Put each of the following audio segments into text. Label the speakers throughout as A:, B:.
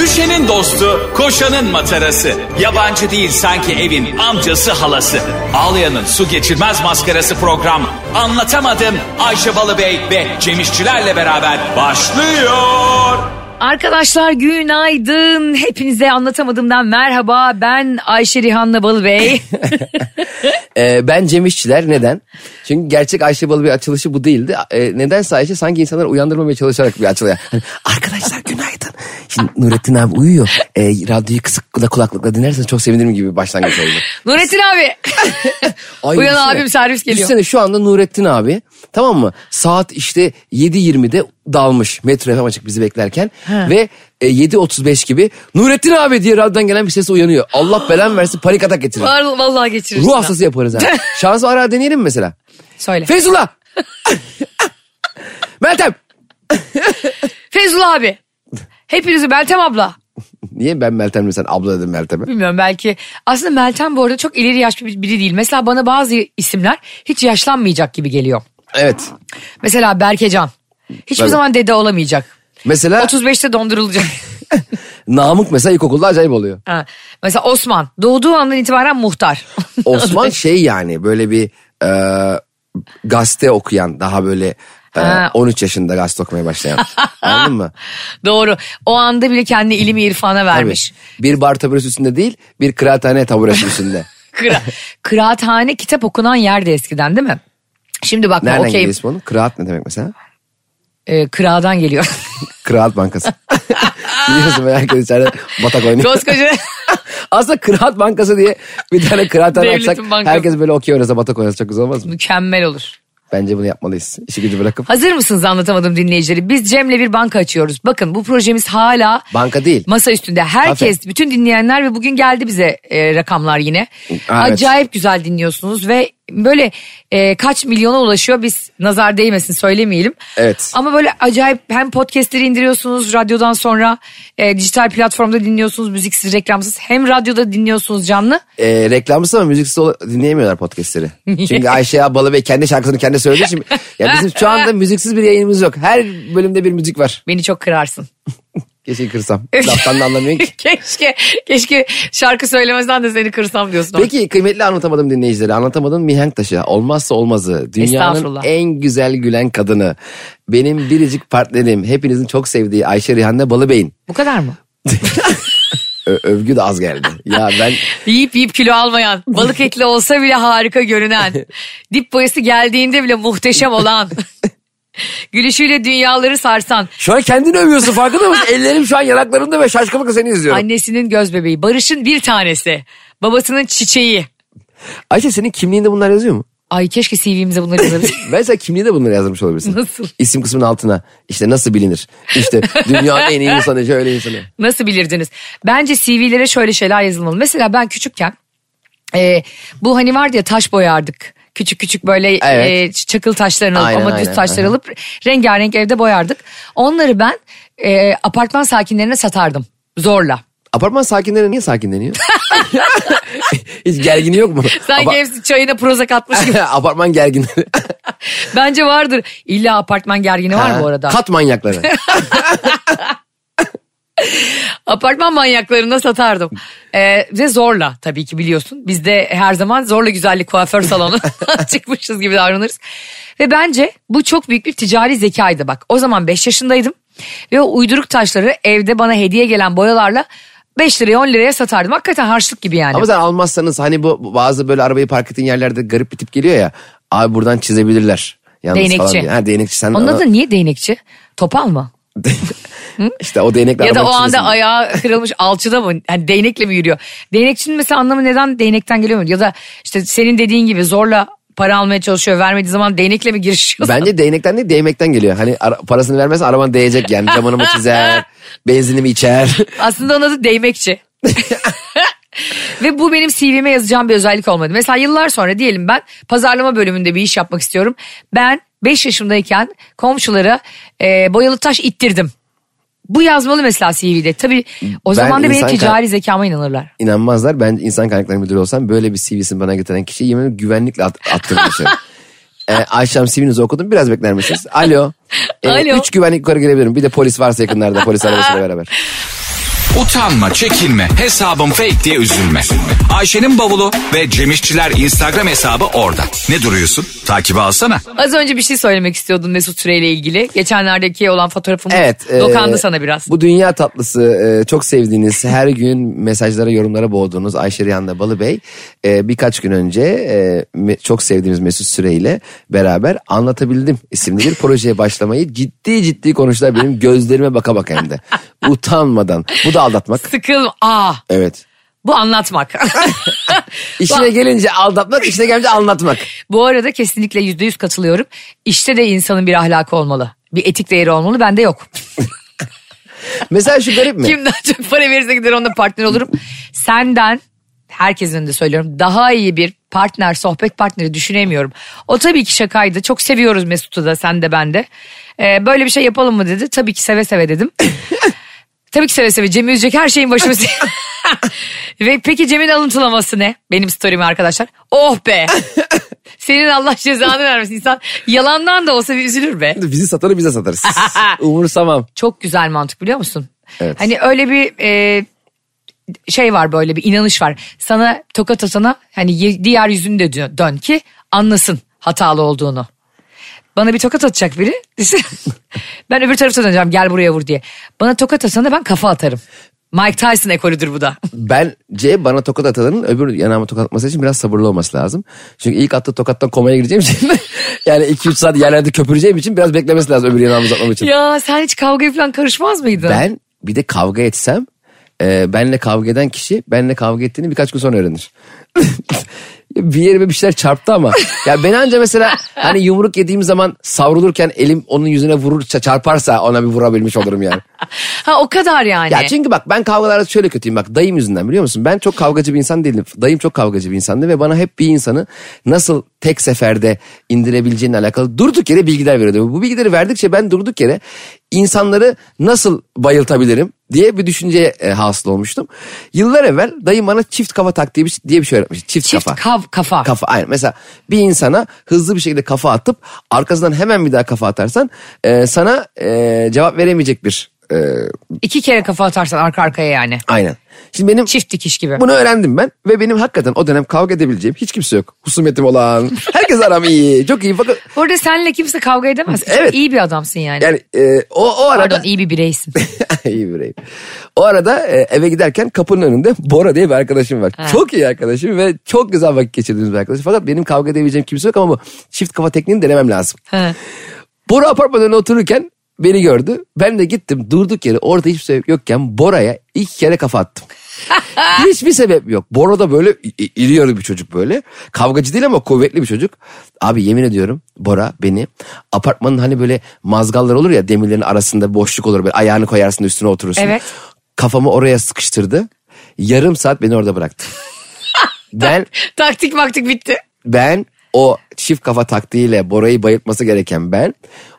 A: Ayşe'nin dostu, koşanın matarası. Yabancı değil sanki evin amcası halası. Ağlayan'ın su geçirmez maskarası program. Anlatamadım Ayşe Balıbey ve Cemişçilerle beraber başlıyor.
B: Arkadaşlar günaydın. Hepinize anlatamadığımdan merhaba. Ben Ayşe Rihanna Balıbey.
C: Ee, ben Cem İşçiler. Neden? Çünkü gerçek Ayşe Balı bir açılışı bu değildi. Ee, nedense Ayşe sanki insanları uyandırmamaya çalışarak bir açılıyor. Hani, Arkadaşlar günaydın. Şimdi Nurettin abi uyuyor. Ee, radyoyu kısık kula- kulaklıkla dinlerseniz çok sevinirim gibi bir başlangıç oldu.
B: Nurettin abi.
C: Ay,
B: Uyan
C: düşünsene.
B: abim servis geliyor.
C: Düşünsene şu anda Nurettin abi tamam mı? Saat işte 7.20'de dalmış. Metro FM açık bizi beklerken. Ve e, 7.35 gibi Nurettin abi diye radyodan gelen bir ses uyanıyor. Allah belan versin panik atak getirir.
B: Var, vallahi geçirirsin.
C: Ruh
B: ha.
C: hastası yaparız ha. Şansı ara deneyelim mi mesela?
B: Söyle.
C: Feyzullah. Meltem.
B: Fezul abi. Hepinizi Meltem abla.
C: Niye ben Meltem'le sen abla dedim Meltem'e?
B: Bilmiyorum belki. Aslında Meltem bu arada çok ileri yaşlı bir- biri değil. Mesela bana bazı isimler hiç yaşlanmayacak gibi geliyor.
C: Evet.
B: Mesela Berkecan. Hiçbir
C: Tabii.
B: zaman dede olamayacak.
C: Mesela
B: 35'te dondurulacak.
C: Namık mesela ilkokulda acayip oluyor.
B: Ha. Mesela Osman. Doğduğu andan itibaren muhtar.
C: Osman şey yani böyle bir e, gazete okuyan daha böyle e,
B: Ha.
C: 13 yaşında gazete okumaya başlayan. Anladın mı?
B: Doğru. O anda bile kendi ilimi irfana
C: Tabii.
B: vermiş.
C: Bir bar taburesi üstünde değil bir kıraathane taburesi üstünde.
B: Kıra kıraathane kitap okunan yerdi eskiden değil mi? Şimdi bakma
C: Nereden
B: okey
C: geliyor ismi onun? Kıraat ne demek mesela?
B: e, kıraadan geliyor.
C: Kıraat Bankası. Biliyorsun böyle herkes içeride batak oynuyor.
B: Koskoca
C: Aslında Kıraat Bankası diye bir tane kıraathane
B: Devletin
C: açsak
B: bankası.
C: herkes böyle okey oynasa batak oynasa çok güzel olmaz mı?
B: mükemmel olur.
C: Bence bunu yapmalıyız. İşi gücü bırakıp.
B: Hazır mısınız anlatamadım dinleyicileri? Biz Cem'le bir banka açıyoruz. Bakın bu projemiz hala
C: Banka değil.
B: masa üstünde. Herkes, bütün dinleyenler ve bugün geldi bize e, rakamlar yine. Acayip güzel dinliyorsunuz ve böyle e, kaç milyona ulaşıyor biz nazar değmesin söylemeyelim.
C: Evet.
B: Ama böyle acayip hem podcastleri indiriyorsunuz radyodan sonra e, dijital platformda dinliyorsunuz müziksiz reklamsız hem radyoda dinliyorsunuz canlı.
C: Ee, reklamsız ama müziksiz ol- dinleyemiyorlar podcastleri. Çünkü Ayşe Abalı Bey kendi şarkısını kendi söylediği için. Ya bizim şu anda müziksiz bir yayınımız yok. Her bölümde bir müzik var.
B: Beni çok kırarsın.
C: Keşke kırsam. Laftan da anlamıyorum ki.
B: keşke keşke şarkı söylemezden de seni kırsam diyorsun. ama.
C: Peki kıymetli anlatamadım dinleyicileri. Anlatamadım mihenk taşı. Olmazsa olmazı. Dünyanın
B: Estağfurullah.
C: en güzel gülen kadını. Benim biricik partnerim. Hepinizin çok sevdiği Ayşe Rihanna Balıbey'in.
B: Bu kadar mı?
C: Ö- övgü de az geldi. Ya ben
B: Yiyip yiyip kilo almayan, balık etli olsa bile harika görünen, dip boyası geldiğinde bile muhteşem olan, gülüşüyle dünyaları sarsan,
C: Şu an kendini övüyorsun farkında mısın? Ellerim şu an yanaklarımda ve şaşkınlıkla seni izliyorum.
B: annesinin göz bebeği, Barış'ın bir tanesi, babasının çiçeği.
C: Ayşe senin kimliğinde bunlar yazıyor mu?
B: Ay keşke CV'mize bunları yazabilir.
C: Mesela kimliğinde bunları yazmış olabilirsin.
B: Nasıl?
C: İsim kısmının altına işte nasıl bilinir? İşte dünyanın en iyi insanı şöyle insanı.
B: Nasıl bilirdiniz? Bence CV'lere şöyle şeyler yazılmalı. Mesela ben küçükken e, bu hani vardı ya taş boyardık. Küçük küçük böyle
C: Evet.
B: e, çakıl taşlarını alıp
C: Aynen,
B: ama düz
C: aynen,
B: taşları
C: aha.
B: alıp rengarenk evde boyardık. Onları ben e, apartman sakinlerine satardım zorla.
C: Apartman sakinleri niye sakinleniyor? Hiç gergini yok mu?
B: Sanki
C: Apa-
B: hepsi çayına proza katmış gibi.
C: Apartman gerginleri.
B: Bence vardır. İlla apartman gergini var mı orada?
C: Kat manyakları.
B: Apartman manyaklarına satardım. Ee, ve zorla tabii ki biliyorsun. Biz de her zaman zorla güzellik kuaför salonu çıkmışız gibi davranırız. Ve bence bu çok büyük bir ticari zekaydı bak. O zaman 5 yaşındaydım. Ve o uyduruk taşları evde bana hediye gelen boyalarla 5 liraya 10 liraya satardım. Hakikaten harçlık gibi yani.
C: Ama sen almazsanız hani bu bu bazı böyle arabayı park ettiğin yerlerde garip bir tip geliyor ya. Abi buradan çizebilirler. Yalnız
B: Değnekçi.
C: Falan. diye. Ha, değnekçi sen
B: Onun adı niye değnekçi? Topal mı?
C: işte o değnekler
B: Ya da o
C: arabanın
B: anda
C: içindesin.
B: ayağı kırılmış alçıda mı? Hani değnekle mi yürüyor? Değnekçinin mesela anlamı neden değnekten geliyor mu? Ya da işte senin dediğin gibi zorla para almaya çalışıyor. Vermediği zaman değnekle mi girişiyor?
C: Bence değnekten değil değmekten geliyor. Hani ara- parasını vermezsen araban değecek yani. Camını mı çizer, benzinimi içer.
B: Aslında onun adı değmekçi. Ve bu benim CV'me yazacağım bir özellik olmadı. Mesela yıllar sonra diyelim ben pazarlama bölümünde bir iş yapmak istiyorum. Ben 5 yaşımdayken komşulara e, boyalı taş ittirdim. Bu yazmalı mesela CV'de. Tabii o
C: Ben
B: zaman da benim
C: insan kay-
B: ticari zekama inanırlar.
C: İnanmazlar. Ben insan kaynakları müdürü olsam böyle bir CV'sini bana getiren kişiyi yemin ederim güvenlikle at- attırırım dışarı. Ee, Ayşem CV'nizi okudum biraz bekler misiniz? Alo. Ee,
B: Alo.
C: Üç güvenlik yukarı girebilirim. Bir de polis varsa yakınlarda polis arabasıyla beraber.
A: Utanma, çekinme, hesabım fake diye üzülme. Ayşe'nin bavulu ve Cemişçiler Instagram hesabı orada. Ne duruyorsun? Takibe alsana.
B: Az önce bir şey söylemek istiyordun Mesut Süreyle ilgili. Geçenlerdeki olan fotoğrafımız
C: Evet. e,
B: dokandı sana biraz.
C: Bu dünya tatlısı e, çok sevdiğiniz her gün mesajlara yorumlara boğduğunuz Ayşe Riyan'la Balı Bey e, birkaç gün önce e, me- çok sevdiğimiz Mesut Süre ile beraber anlatabildim isimli bir projeye başlamayı ciddi ciddi konuştular benim gözlerime baka baka hem de. Utanmadan. Bu da aldatmak.
B: Sıkıl. Aa,
C: Evet.
B: bu anlatmak.
C: İşine gelince aldatmak, işine gelince anlatmak.
B: bu arada kesinlikle yüzde yüz katılıyorum. İşte de insanın bir ahlakı olmalı. Bir etik değeri olmalı. Bende yok.
C: Mesela şu garip mi?
B: Kim daha çok para verirse gider onunla partner olurum. Senden herkesin önünde söylüyorum daha iyi bir partner sohbet partneri düşünemiyorum. O tabii ki şakaydı çok seviyoruz Mesut'u da sen de ben de. Ee, böyle bir şey yapalım mı dedi tabii ki seve seve dedim. tabii ki seve seve Cem'i üzecek her şeyin başımı se- Ve peki Cem'in alıntılaması ne? Benim story'mi arkadaşlar. Oh be. Senin Allah cezanı vermesin insan. Yalandan da olsa bir üzülür be.
C: Bizi satarı bize satarız. Umursamam.
B: Çok güzel mantık biliyor musun?
C: Evet.
B: Hani öyle bir e, şey var böyle bir inanış var. Sana tokat atana hani ye- diğer yüzünü de dön, dön ki anlasın hatalı olduğunu. Bana bir tokat atacak biri. ben öbür tarafa döneceğim gel buraya vur diye. Bana tokat atana ben kafa atarım. Mike Tyson ekolüdür bu da.
C: Ben C bana tokat atanın öbür yanağıma tokat atması için biraz sabırlı olması lazım. Çünkü ilk attığı tokattan komaya gireceğim için yani 2-3 saat yerlerde köpüreceğim için biraz beklemesi lazım öbür yanağımı uzatmam için.
B: ya sen hiç kavgaya falan karışmaz mıydın?
C: Ben bir de kavga etsem e, benle kavga eden kişi benle kavga ettiğini birkaç gün sonra öğrenir. bir yerime bir şeyler çarptı ama. Ya ben anca mesela hani yumruk yediğim zaman savrulurken elim onun yüzüne vurursa çarparsa ona bir vurabilmiş olurum yani.
B: Ha o kadar yani.
C: Ya çünkü bak ben kavgalarda şöyle kötüyüm bak dayım yüzünden biliyor musun? Ben çok kavgacı bir insan değilim. Dayım çok kavgacı bir insandı ve bana hep bir insanı nasıl tek seferde indirebileceğine alakalı durduk yere bilgiler veriyordu. Bu bilgileri verdikçe ben durduk yere insanları nasıl bayıltabilirim diye bir düşünceye e, hasıl olmuştum. Yıllar evvel dayım bana çift kafa taktiği bir- diye bir şey öğretmiş. Çift,
B: Çift
C: kafa.
B: kav- kafa.
C: Kafa aynen. Mesela bir insana hızlı bir şekilde kafa atıp arkasından hemen bir daha kafa atarsan e, sana e, cevap veremeyecek bir e,
B: İki kere kafa atarsan arka arkaya yani.
C: Aynen. Şimdi benim
B: Çift dikiş gibi.
C: bunu öğrendim ben ve benim hakikaten o dönem kavga edebileceğim hiç kimse yok. Husumetim olan, herkes aram iyi, çok iyi fakat
B: Bu arada senle kimse kavga edemez. Çok
C: Evet.
B: iyi bir adamsın yani.
C: yani e, o, o arada...
B: Pardon iyi bir bireysin.
C: iyi bireyim. O arada e, eve giderken kapının önünde Bora diye bir arkadaşım var. Çok iyi arkadaşım ve çok güzel vakit geçirdiğimiz bir arkadaşım. Fakat benim kavga edebileceğim kimse yok ama bu çift kafa tekniğini denemem lazım.
B: Ha.
C: Bora apartmanın önüne otururken beni gördü. Ben de gittim durduk yere orada hiçbir sebep yokken Bora'ya iki kere kafa attım. Hiçbir sebep yok. Bora da böyle i- i- iri yarı bir çocuk böyle. Kavgacı değil ama kuvvetli bir çocuk. Abi yemin ediyorum Bora beni apartmanın hani böyle mazgallar olur ya demirlerin arasında boşluk olur böyle ayağını koyarsın üstüne oturursun.
B: Evet.
C: Kafamı oraya sıkıştırdı. Yarım saat beni orada bıraktı. ben
B: Taktik maktik bitti.
C: ben o çift kafa taktiğiyle Bora'yı bayıltması gereken ben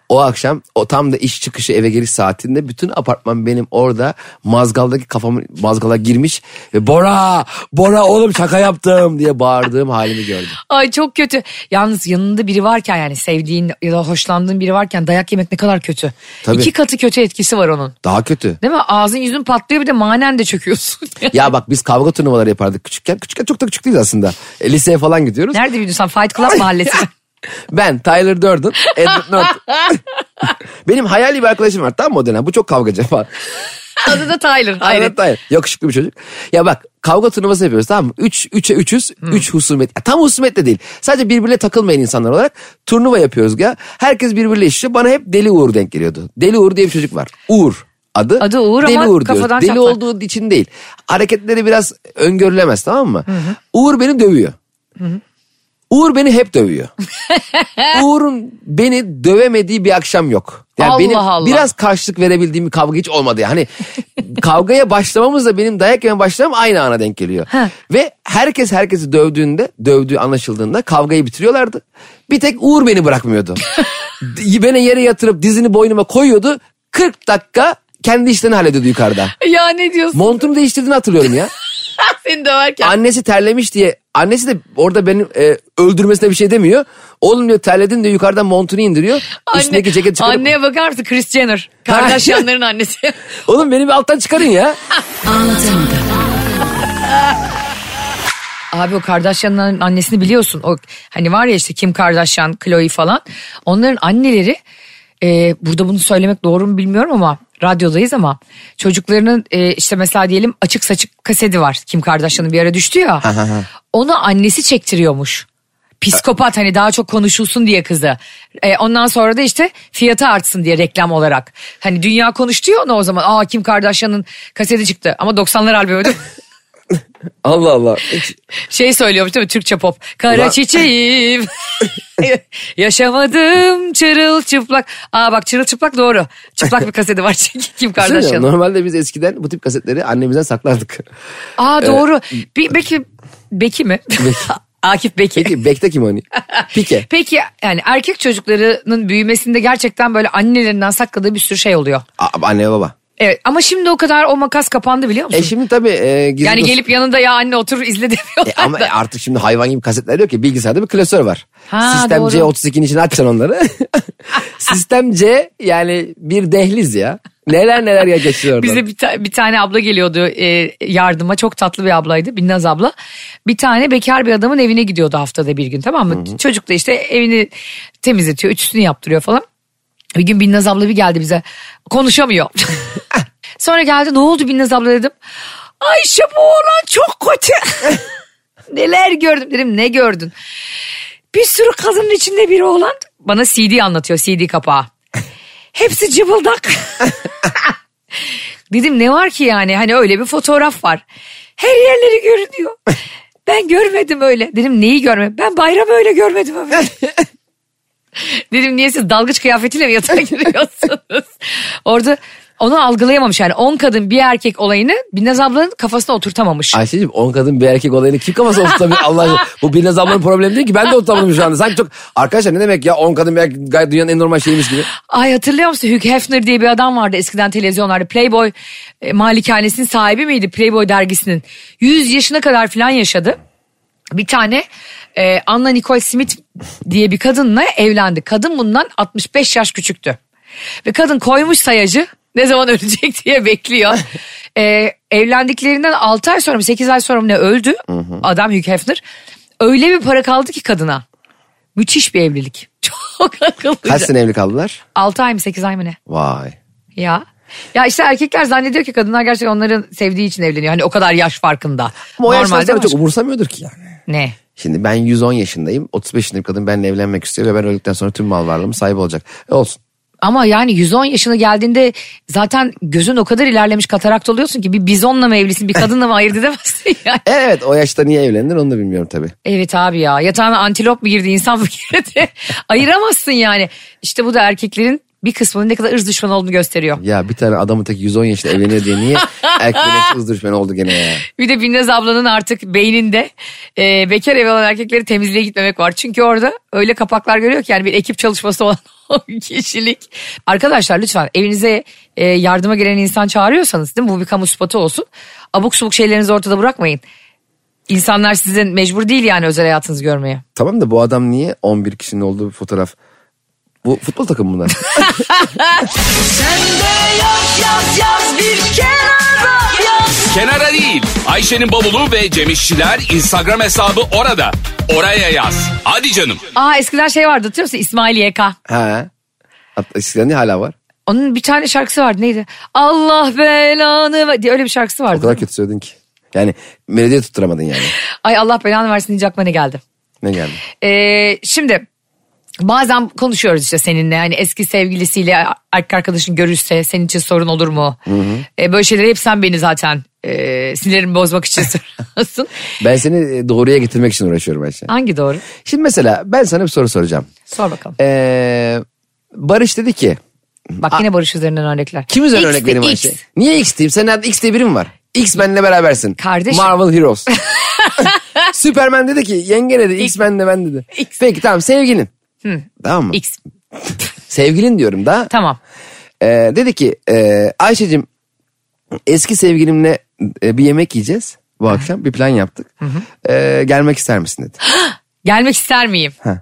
C: o akşam o tam da iş çıkışı eve geliş saatinde bütün apartman benim orada mazgaldaki kafamın mazgala girmiş ve Bora Bora oğlum şaka yaptım diye bağırdığım halimi gördüm.
B: Ay çok kötü. Yalnız yanında biri varken yani sevdiğin ya da hoşlandığın biri varken dayak yemek ne kadar kötü.
C: Tabii.
B: İki katı kötü etkisi var onun.
C: Daha kötü.
B: Değil mi? Ağzın yüzün patlıyor bir de manen de çöküyorsun.
C: Ya bak biz kavga turnuvaları yapardık küçükken. Küçükken çok da küçük değiliz aslında. E, liseye falan gidiyoruz.
B: Nerede büyüdün sen? Fight Club mahallesi. mi?
C: Ben Tyler Durden, Edward Norton. Benim hayali bir arkadaşım var tam mı o dönem? Bu çok kavgacı falan.
B: Adı da Tyler. Hayret.
C: Hayret hayret. Yakışıklı bir çocuk. Ya bak kavga turnuvası yapıyoruz tamam mı? 3 3'e 3'üz. 3 husumet. Ya Tam husumet de değil. Sadece birbirine takılmayan insanlar olarak turnuva yapıyoruz ya. Herkes birbiriyle işliyor. Bana hep Deli Uğur denk geliyordu. Deli Uğur diye bir çocuk var. Uğur adı.
B: Adı Uğur
C: Deli
B: ama
C: Uğur diyoruz.
B: kafadan
C: Deli
B: çatlak.
C: olduğu için değil. Hareketleri biraz öngörülemez tamam mı? Uğur beni dövüyor. Uğur beni hep dövüyor. Uğur'un beni dövemediği bir akşam yok. Yani
B: Allah
C: benim
B: Allah.
C: biraz karşılık verebildiğim bir kavga hiç olmadı. Yani hani kavgaya başlamamızla benim dayak yemeye başlamam aynı ana denk geliyor.
B: Ha.
C: Ve herkes herkesi dövdüğünde, dövdüğü anlaşıldığında kavgayı bitiriyorlardı. Bir tek Uğur beni bırakmıyordu. D- beni yere yatırıp dizini boynuma koyuyordu. 40 dakika kendi işlerini hallediyordu yukarıda.
B: Ya ne diyorsun?
C: Montumu değiştirdiğini hatırlıyorum ya.
B: Seni döverken.
C: Annesi terlemiş diye annesi de orada benim e, öldürmesine bir şey demiyor. Oğlum diyor terledin diyor yukarıdan montunu indiriyor. Üstündeki ceket çıkarıp.
B: Anneye bakar mısın Chris Jenner. Kardashianların annesi.
C: Oğlum beni bir alttan çıkarın ya.
B: Abi o Kardashian'ın annesini biliyorsun. O hani var ya işte Kim Kardashian, Chloe falan. Onların anneleri e, burada bunu söylemek doğru mu bilmiyorum ama radyodayız ama çocuklarının e, işte mesela diyelim açık saçık kaseti var. Kim Kardashian'ın bir ara düştü ya. onu annesi çektiriyormuş. Psikopat hani daha çok konuşulsun diye kızı. E, ondan sonra da işte fiyatı artsın diye reklam olarak. Hani dünya konuştu ya onu o zaman. Aa Kim Kardashian'ın kaseti çıktı ama 90'lar albümü değil mi?
C: Allah Allah.
B: Şey söylüyormuş değil mi Türkçe pop. Kara
C: Ulan-
B: çiçeğim. Yaşamadım çırılçıplak. Aa bak çırılçıplak doğru. Çıplak bir kaseti var çünkü Kim
C: Düşünsene,
B: Kardashian'ın.
C: Normalde biz eskiden bu tip kasetleri annemizden saklardık. Ee,
B: Aa doğru. Bir, Beki, Beki mi? Akif Beki. Peki.
C: Peki Bek'te kim oynuyor? Pike.
B: yani erkek çocuklarının büyümesinde gerçekten böyle annelerinden sakladığı bir sürü şey oluyor.
C: A- anne baba.
B: Evet ama şimdi o kadar o makas kapandı biliyor musun?
C: E şimdi tabii e, gizli
B: yani
C: dost-
B: gelip yanında ya anne otur izle demiyorlar
C: E ama
B: da.
C: artık şimdi hayvan gibi kasetler yok ki bilgisayarda bir klasör var.
B: Ha,
C: Sistem
B: doğru.
C: C32'nin içine atacaksın onları. Sistem C yani bir dehliz ya. Neler neler ya geçiyor oradan.
B: Bize bir, ta- bir tane abla geliyordu e, yardıma. Çok tatlı bir ablaydı. Binnaz abla. Bir tane bekar bir adamın evine gidiyordu haftada bir gün tamam mı? Çocuk da işte evini temizletiyor. Üçüsünü yaptırıyor falan. Bir gün Binnaz abla bir geldi bize. Konuşamıyor. Sonra geldi ne oldu Binnaz abla dedim. Ayşe bu oğlan çok kötü. Neler gördüm dedim ne gördün? Bir sürü kadının içinde biri oğlan. Bana CD anlatıyor CD kapağı. Hepsi cıbıldak. Dedim ne var ki yani hani öyle bir fotoğraf var. Her yerleri görünüyor. Ben görmedim öyle. Dedim neyi görmedim? Ben bayramı öyle görmedim. abi. Dedim niye siz dalgıç kıyafetiyle mi yatağa giriyorsunuz? Orada onu algılayamamış yani 10 kadın bir erkek olayını Binnaz ablanın kafasına oturtamamış.
C: Ayşe'cim 10 kadın bir erkek olayını kim kafası oturtamıyor Allah aşkına. Bu bir ablanın problemi değil ki ben de oturtamadım şu anda. Sanki çok arkadaşlar ne demek ya 10 kadın bir erkek gayet dünyanın en normal şeyiymiş gibi.
B: Ay hatırlıyor musun Hugh Hefner diye bir adam vardı eskiden televizyonlarda. Playboy e, malikanesinin sahibi miydi? Playboy dergisinin. 100 yaşına kadar falan yaşadı. Bir tane e, Anna Nicole Smith diye bir kadınla evlendi. Kadın bundan 65 yaş küçüktü. Ve kadın koymuş sayacı ne zaman ölecek diye bekliyor. E, evlendiklerinden 6 ay sonra mı 8 ay sonra mı ne öldü adam Hugh Hefner. Öyle bir para kaldı ki kadına. Müthiş bir evlilik. Çok akıllıca.
C: Kaç sene evli kaldılar?
B: 6 ay mı 8 ay mı ne?
C: Vay.
B: Ya. Ya işte erkekler zannediyor ki kadınlar gerçekten onların sevdiği için evleniyor. Hani o kadar yaş farkında.
C: Ama o yaştan sonra
B: ama-
C: çok umursamıyordur ki yani.
B: Ne?
C: Şimdi ben 110 yaşındayım. 35 yaşındaki kadın benimle evlenmek istiyor ve ben öldükten sonra tüm mal varlığım sahibi olacak. E olsun.
B: Ama yani 110 yaşına geldiğinde zaten gözün o kadar ilerlemiş katarakt oluyorsun ki bir bizonla mı evlisin bir kadınla mı ayırt edemezsin yani.
C: E, Evet o yaşta niye evlendin onu da bilmiyorum tabii.
B: Evet abi ya yatağına antilop mu girdi insan mı girdi ayıramazsın yani. İşte bu da erkeklerin bir kısmının ne kadar ırz düşmanı olduğunu gösteriyor.
C: Ya bir tane adamın tek 110 yaşında evleniyor diye niye erkeklerin hız düşmeni oldu gene ya.
B: Bir de Binnaz ablanın artık beyninde e, bekar evi olan erkekleri temizliğe gitmemek var. Çünkü orada öyle kapaklar görüyor ki yani bir ekip çalışması olan o kişilik. Arkadaşlar lütfen evinize e, yardıma gelen insan çağırıyorsanız değil mi? Bu bir kamu spotu olsun. Abuk subuk şeylerinizi ortada bırakmayın. İnsanlar sizin mecbur değil yani özel hayatınızı görmeye.
C: Tamam da bu adam niye 11 kişinin olduğu bir fotoğraf? Bu futbol takımı bunlar.
A: Kenara değil. Ayşe'nin bavulu ve Cemişçiler Instagram hesabı orada. Oraya yaz. Hadi canım.
B: Aa eskiden şey vardı hatırlıyor musun? İsmail YK.
C: ha. Hatta eskiden niye hala var?
B: Onun bir tane şarkısı vardı neydi? Allah belanı ver- diye öyle bir şarkısı
C: O
B: vardı.
C: kadar kötü söyledin ki. Yani melodiyi tutturamadın yani.
B: Ay Allah belanı versin diyecek aklıma ne geldi?
C: Ne geldi?
B: Ee, şimdi bazen konuşuyoruz işte seninle hani eski sevgilisiyle erkek arkadaşın görüşse senin için sorun olur mu? Ee, böyle şeyleri hep sen beni zaten e, sinirimi bozmak için soruyorsun.
C: Ben seni e, doğruya getirmek için uğraşıyorum Ayşe.
B: Hangi doğru?
C: Şimdi mesela ben sana bir soru soracağım.
B: Sor bakalım.
C: Ee, Barış dedi ki.
B: Bak yine Barış üzerinden örnekler.
C: Kim üzerine
B: X
C: örnek
B: de
C: vereyim
B: X.
C: Ayşe? Niye X diyeyim? Senin adın X diye birim var. X benle berabersin.
B: Kardeşim.
C: Marvel Heroes. Superman dedi ki yenge dedi X benle ben dedi.
B: X.
C: Peki tamam sevgilin. Tamam mı?
B: X.
C: Sevgilin diyorum da.
B: Tamam.
C: Ee, dedi ki e, Ayşe'cim eski sevgilimle e, bir yemek yiyeceğiz. bu akşam. Bir plan yaptık. Ee, gelmek ister misin dedi.
B: Gelmek ister miyim?
C: Ha.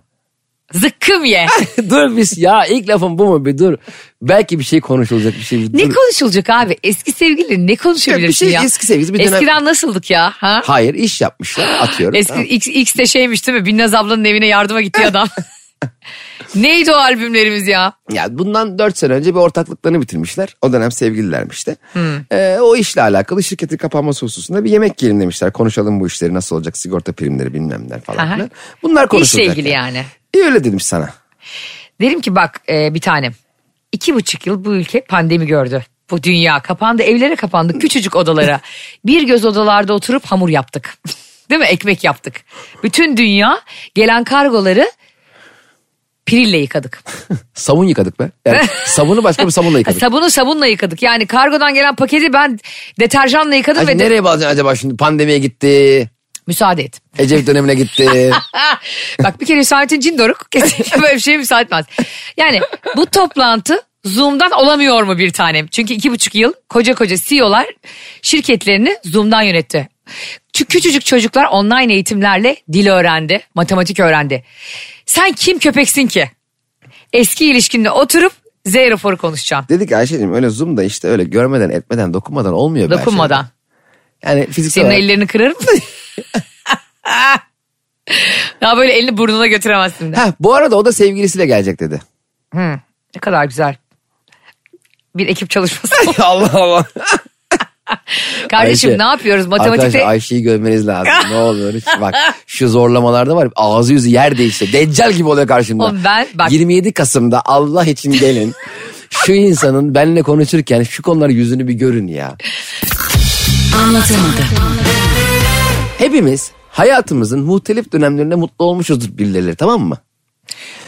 B: Zıkkım ye.
C: dur biz ya ilk lafım bu mu bir dur. Belki bir şey konuşulacak bir şey. bir
B: ne
C: dur.
B: konuşulacak abi? Eski sevgili ne konuşabilirsin ya?
C: Bir şey, eski sevgilisi bir dönem-
B: Eskiden nasıldık ya? Ha?
C: Hayır iş yapmışlar atıyorum.
B: Eski
C: Tamam.
B: X, X de şeymiş değil mi? Binnaz ablanın evine yardıma gitti adam. Neydi o albümlerimiz ya?
C: Ya bundan 4 sene önce bir ortaklıklarını bitirmişler. O dönem sevgililermiş de.
B: Hmm.
C: Ee, o işle alakalı şirketin kapanması hususunda bir yemek yiyelim demişler. Konuşalım bu işleri nasıl olacak sigorta primleri bilmem neler falan
B: Aha.
C: filan. Bunlar konuşulacak.
B: İşle ilgili yani.
C: İyi öyle dedim sana.
B: Derim ki bak e, bir tanem. iki buçuk yıl bu ülke pandemi gördü. Bu dünya kapandı. Evlere kapandık. Küçücük odalara. bir göz odalarda oturup hamur yaptık. Değil mi? Ekmek yaptık. Bütün dünya gelen kargoları pirille yıkadık.
C: Savun yıkadık be. Yani sabunu başka bir sabunla
B: Ha,
C: yıkadık.
B: sabunu sabunla yıkadık. Yani kargodan gelen paketi ben deterjanla yıkadım
C: Ay,
B: ve de-
C: nereye bağlayacaksın acaba şimdi pandemiye gitti.
B: müsaade et.
C: Ecevit dönemine gitti.
B: Ha, Bak bir kere Hüsamettin Cindoruk kesinlikle böyle bir şeye müsaade etmez. Yani bu toplantı Zoom'dan olamıyor mu bir tanem? Çünkü iki buçuk yıl koca koca CEO'lar şirketlerini Zoom'dan yönetti. Çünkü küçücük çocuklar online eğitimlerle dil öğrendi, matematik öğrendi. Sen kim köpeksin ki? Eski ilişkinle oturup Z raporu konuşacağım.
C: Dedik Ayşe'cim öyle Zoom'da işte öyle görmeden etmeden dokunmadan olmuyor. be
B: Dokunmadan.
C: Ayşe. Yani fiziksel
B: Senin
C: olarak-
B: ellerini kırarım. Daha böyle elini burnuna götüremezsin de.
C: Ha, bu arada o da sevgilisiyle gelecek dedi.
B: Hı, ne kadar güzel. Bir ekip çalışması.
C: Allah Allah.
B: Kardeşim
C: Ayşe,
B: ne yapıyoruz
C: Arkadaşlar
B: matematikte?
C: Ayşe'yi görmeniz lazım. ne oluyor? Hiç bak şu zorlamalarda var. Ağzı yüzü yer değişti. Deccal gibi oluyor karşımda.
B: Oğlum ben- bak-
C: 27 Kasım'da Allah için gelin. şu insanın benimle konuşurken şu konuları yüzünü bir görün ya.
B: Anlatamadım.
C: Hepimiz hayatımızın muhtelif dönemlerinde mutlu olmuşuzdur birileri tamam mı?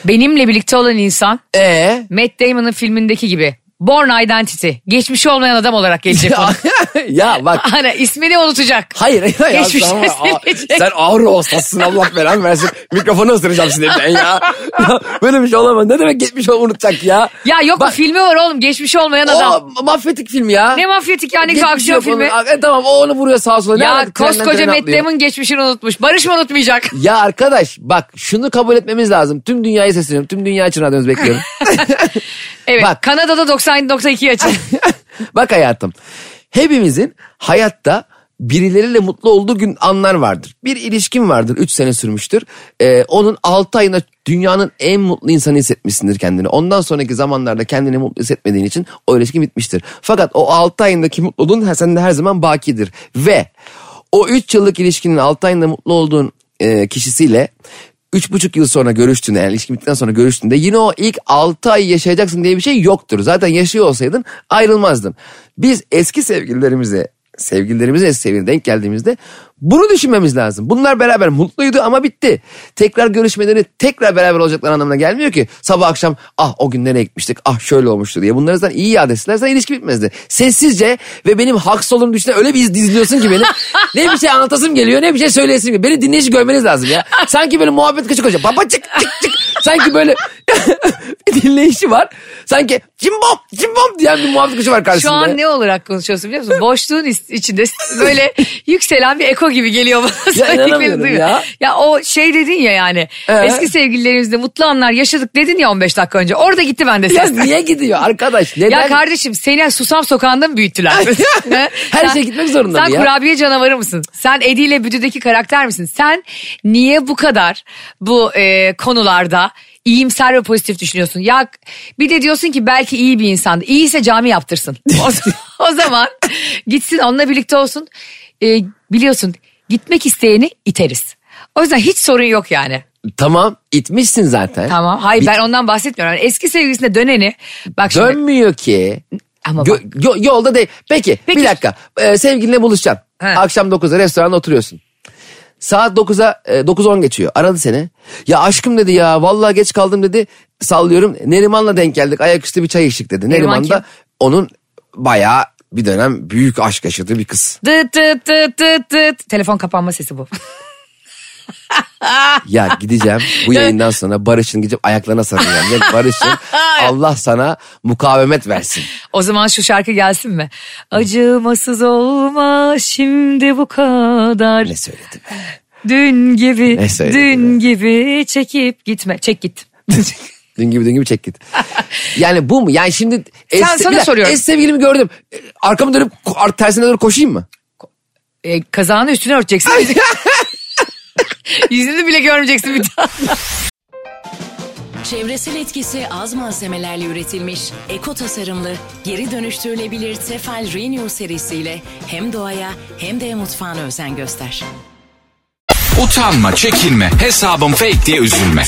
B: Benimle birlikte olan insan
C: Ee.
B: Matt Damon'ın filmindeki gibi Born Identity. Geçmişi olmayan adam olarak gelecek ona.
C: ya bak
B: Ana ismini unutacak.
C: Hayır hayır. ya,
B: Geçmişe
C: sen, Aa,
B: silecek.
C: sen ağır hastasın Allah belanı versin. Mikrofonu ısıracağım şimdi ben ya. Ya Böyle bir şey olamaz. Ne demek geçmiş ol unutacak ya.
B: Ya yok
C: Bak-
B: mu filmi var oğlum geçmişi olmayan adam.
C: O mafyatik film ya.
B: Ne mafyatik yani
C: Geçmiş
B: aksiyon
C: yok
B: filmi.
C: onun. E, tamam o onu vuruyor sağa sola. Ne
B: Ya
C: alaka? Trenden
B: koskoca
C: trene
B: Matt
C: atlıyor.
B: Damon geçmişini unutmuş. Barış mı unutmayacak?
C: Ya arkadaş bak şunu kabul etmemiz lazım. Tüm dünyayı sesleniyorum. Tüm dünya için radyonuz bekliyorum.
B: Evet
C: Bak.
B: Kanada'da 90.2 açın.
C: bak hayatım. Hepimizin hayatta birileriyle mutlu olduğu gün anlar vardır. Bir ilişkin vardır 3 sene sürmüştür. Ee, onun 6 ayında dünyanın en mutlu insanı hissetmişsindir kendini. Ondan sonraki zamanlarda kendini mutlu hissetmediğin için o ilişki bitmiştir. Fakat o 6 ayındaki mutluluğun her- sende her zaman bakidir. Ve o 3 yıllık ilişkinin 6 ayında mutlu olduğun e, kişisiyle Üç buçuk yıl sonra görüştüğünde yani ilişki bittikten sonra görüştüğünde yine o ilk 6 ay yaşayacaksın diye bir şey yoktur. Zaten yaşıyor olsaydın ayrılmazdın. Biz eski sevgililerimize sevgililerimize eski sevgiline denk geldiğimizde bunu düşünmemiz lazım. Bunlar beraber mutluydu ama bitti. Tekrar görüşmeleri tekrar beraber olacaklar anlamına gelmiyor ki. Sabah akşam ah o gün nereye gitmiştik ah şöyle olmuştu diye. Bunları zaten iyi iade etseler zaten ilişki bitmezdi. Sessizce ve benim haksız olduğumu düşünen öyle bir iz dizliyorsun ki beni. ne bir şey anlatasım geliyor ne bir şey söyleyesim geliyor. Beni dinleyici görmeniz lazım ya. Sanki böyle muhabbet kaçı koca. Baba çık çık çık. Sanki böyle bir dinleyişi var. Sanki cimbom cimbom diyen bir muhabbet kaçı var
B: Şu
C: karşısında.
B: an ne olarak konuşuyorsun biliyor musun? Boşluğun is- içinde böyle yükselen bir eko gibi geliyor bana. söylediklerini
C: inanamıyorum
B: duyuyorum.
C: ya.
B: Ya o şey dedin ya yani.
C: Ee?
B: Eski sevgililerimizle mutlu anlar yaşadık dedin ya 15 dakika önce. Orada gitti bende
C: Ya
B: ses.
C: niye gidiyor arkadaş? Neden?
B: Ya kardeşim seni Susam Sokağı'nda mı büyüttüler?
C: Her
B: Sen-
C: şey gitmek zorunda
B: Sen
C: mı ya?
B: kurabiye canavarı mısın? Sen Eddie ile Büdü'deki karakter misin? Sen niye bu kadar bu e, konularda iyimser ve pozitif düşünüyorsun? Ya bir de diyorsun ki belki iyi bir insandı. İyiyse cami yaptırsın. O, z- o zaman gitsin onunla birlikte olsun. E, biliyorsun gitmek isteyeni iteriz. O yüzden hiç sorun yok yani.
C: Tamam itmişsin zaten.
B: Tamam. Hayır
C: Bir-
B: ben ondan bahsetmiyorum. Yani eski sevgilisine döneni. Bak şimdi.
C: Dönmüyor ki.
B: Ama
C: Gö- yo- yolda değil. Peki,
B: Peki.
C: bir dakika. Ee, sevgilinle buluşacaksın.
B: He.
C: Akşam 9'da restoranda oturuyorsun. Saat 9'a e, 9.10 geçiyor. Aradı seni. Ya aşkım dedi ya vallahi geç kaldım dedi. Sallıyorum. Neriman'la denk geldik. Ayaküstü bir çay içtik dedi.
B: Neriman
C: Neriman da
B: kim?
C: onun bayağı bir dönem büyük aşk yaşadığı bir kız.
B: Dıt dıt dıt dıt dıt. Telefon kapanma sesi bu.
C: ya gideceğim bu yayından sonra Barış'ın gideceğim ayaklarına sarılacağım. Ya Barış'ın Allah sana mukavemet versin.
B: O zaman şu şarkı gelsin mi? Acımasız olma şimdi bu kadar.
C: Ne söyledi be?
B: Dün gibi,
C: Ne söyledin
B: dün gibi çekip gitme. Çek git.
C: Dün gibi dün gibi çek git. Yani bu mu? Yani şimdi es,
B: sana
C: bir dakika,
B: soruyorum.
C: Es sevgilimi gördüm. E, Arkamı dönüp ko- ar- tersine doğru koşayım mı?
B: E, kazağını üstüne örteceksin. Yüzünü bile görmeyeceksin bir daha.
D: Çevresel etkisi az malzemelerle üretilmiş, eko tasarımlı, geri dönüştürülebilir Tefal Renew serisiyle hem doğaya hem de mutfağına özen göster.
A: Utanma, çekinme, hesabım fake diye üzülme.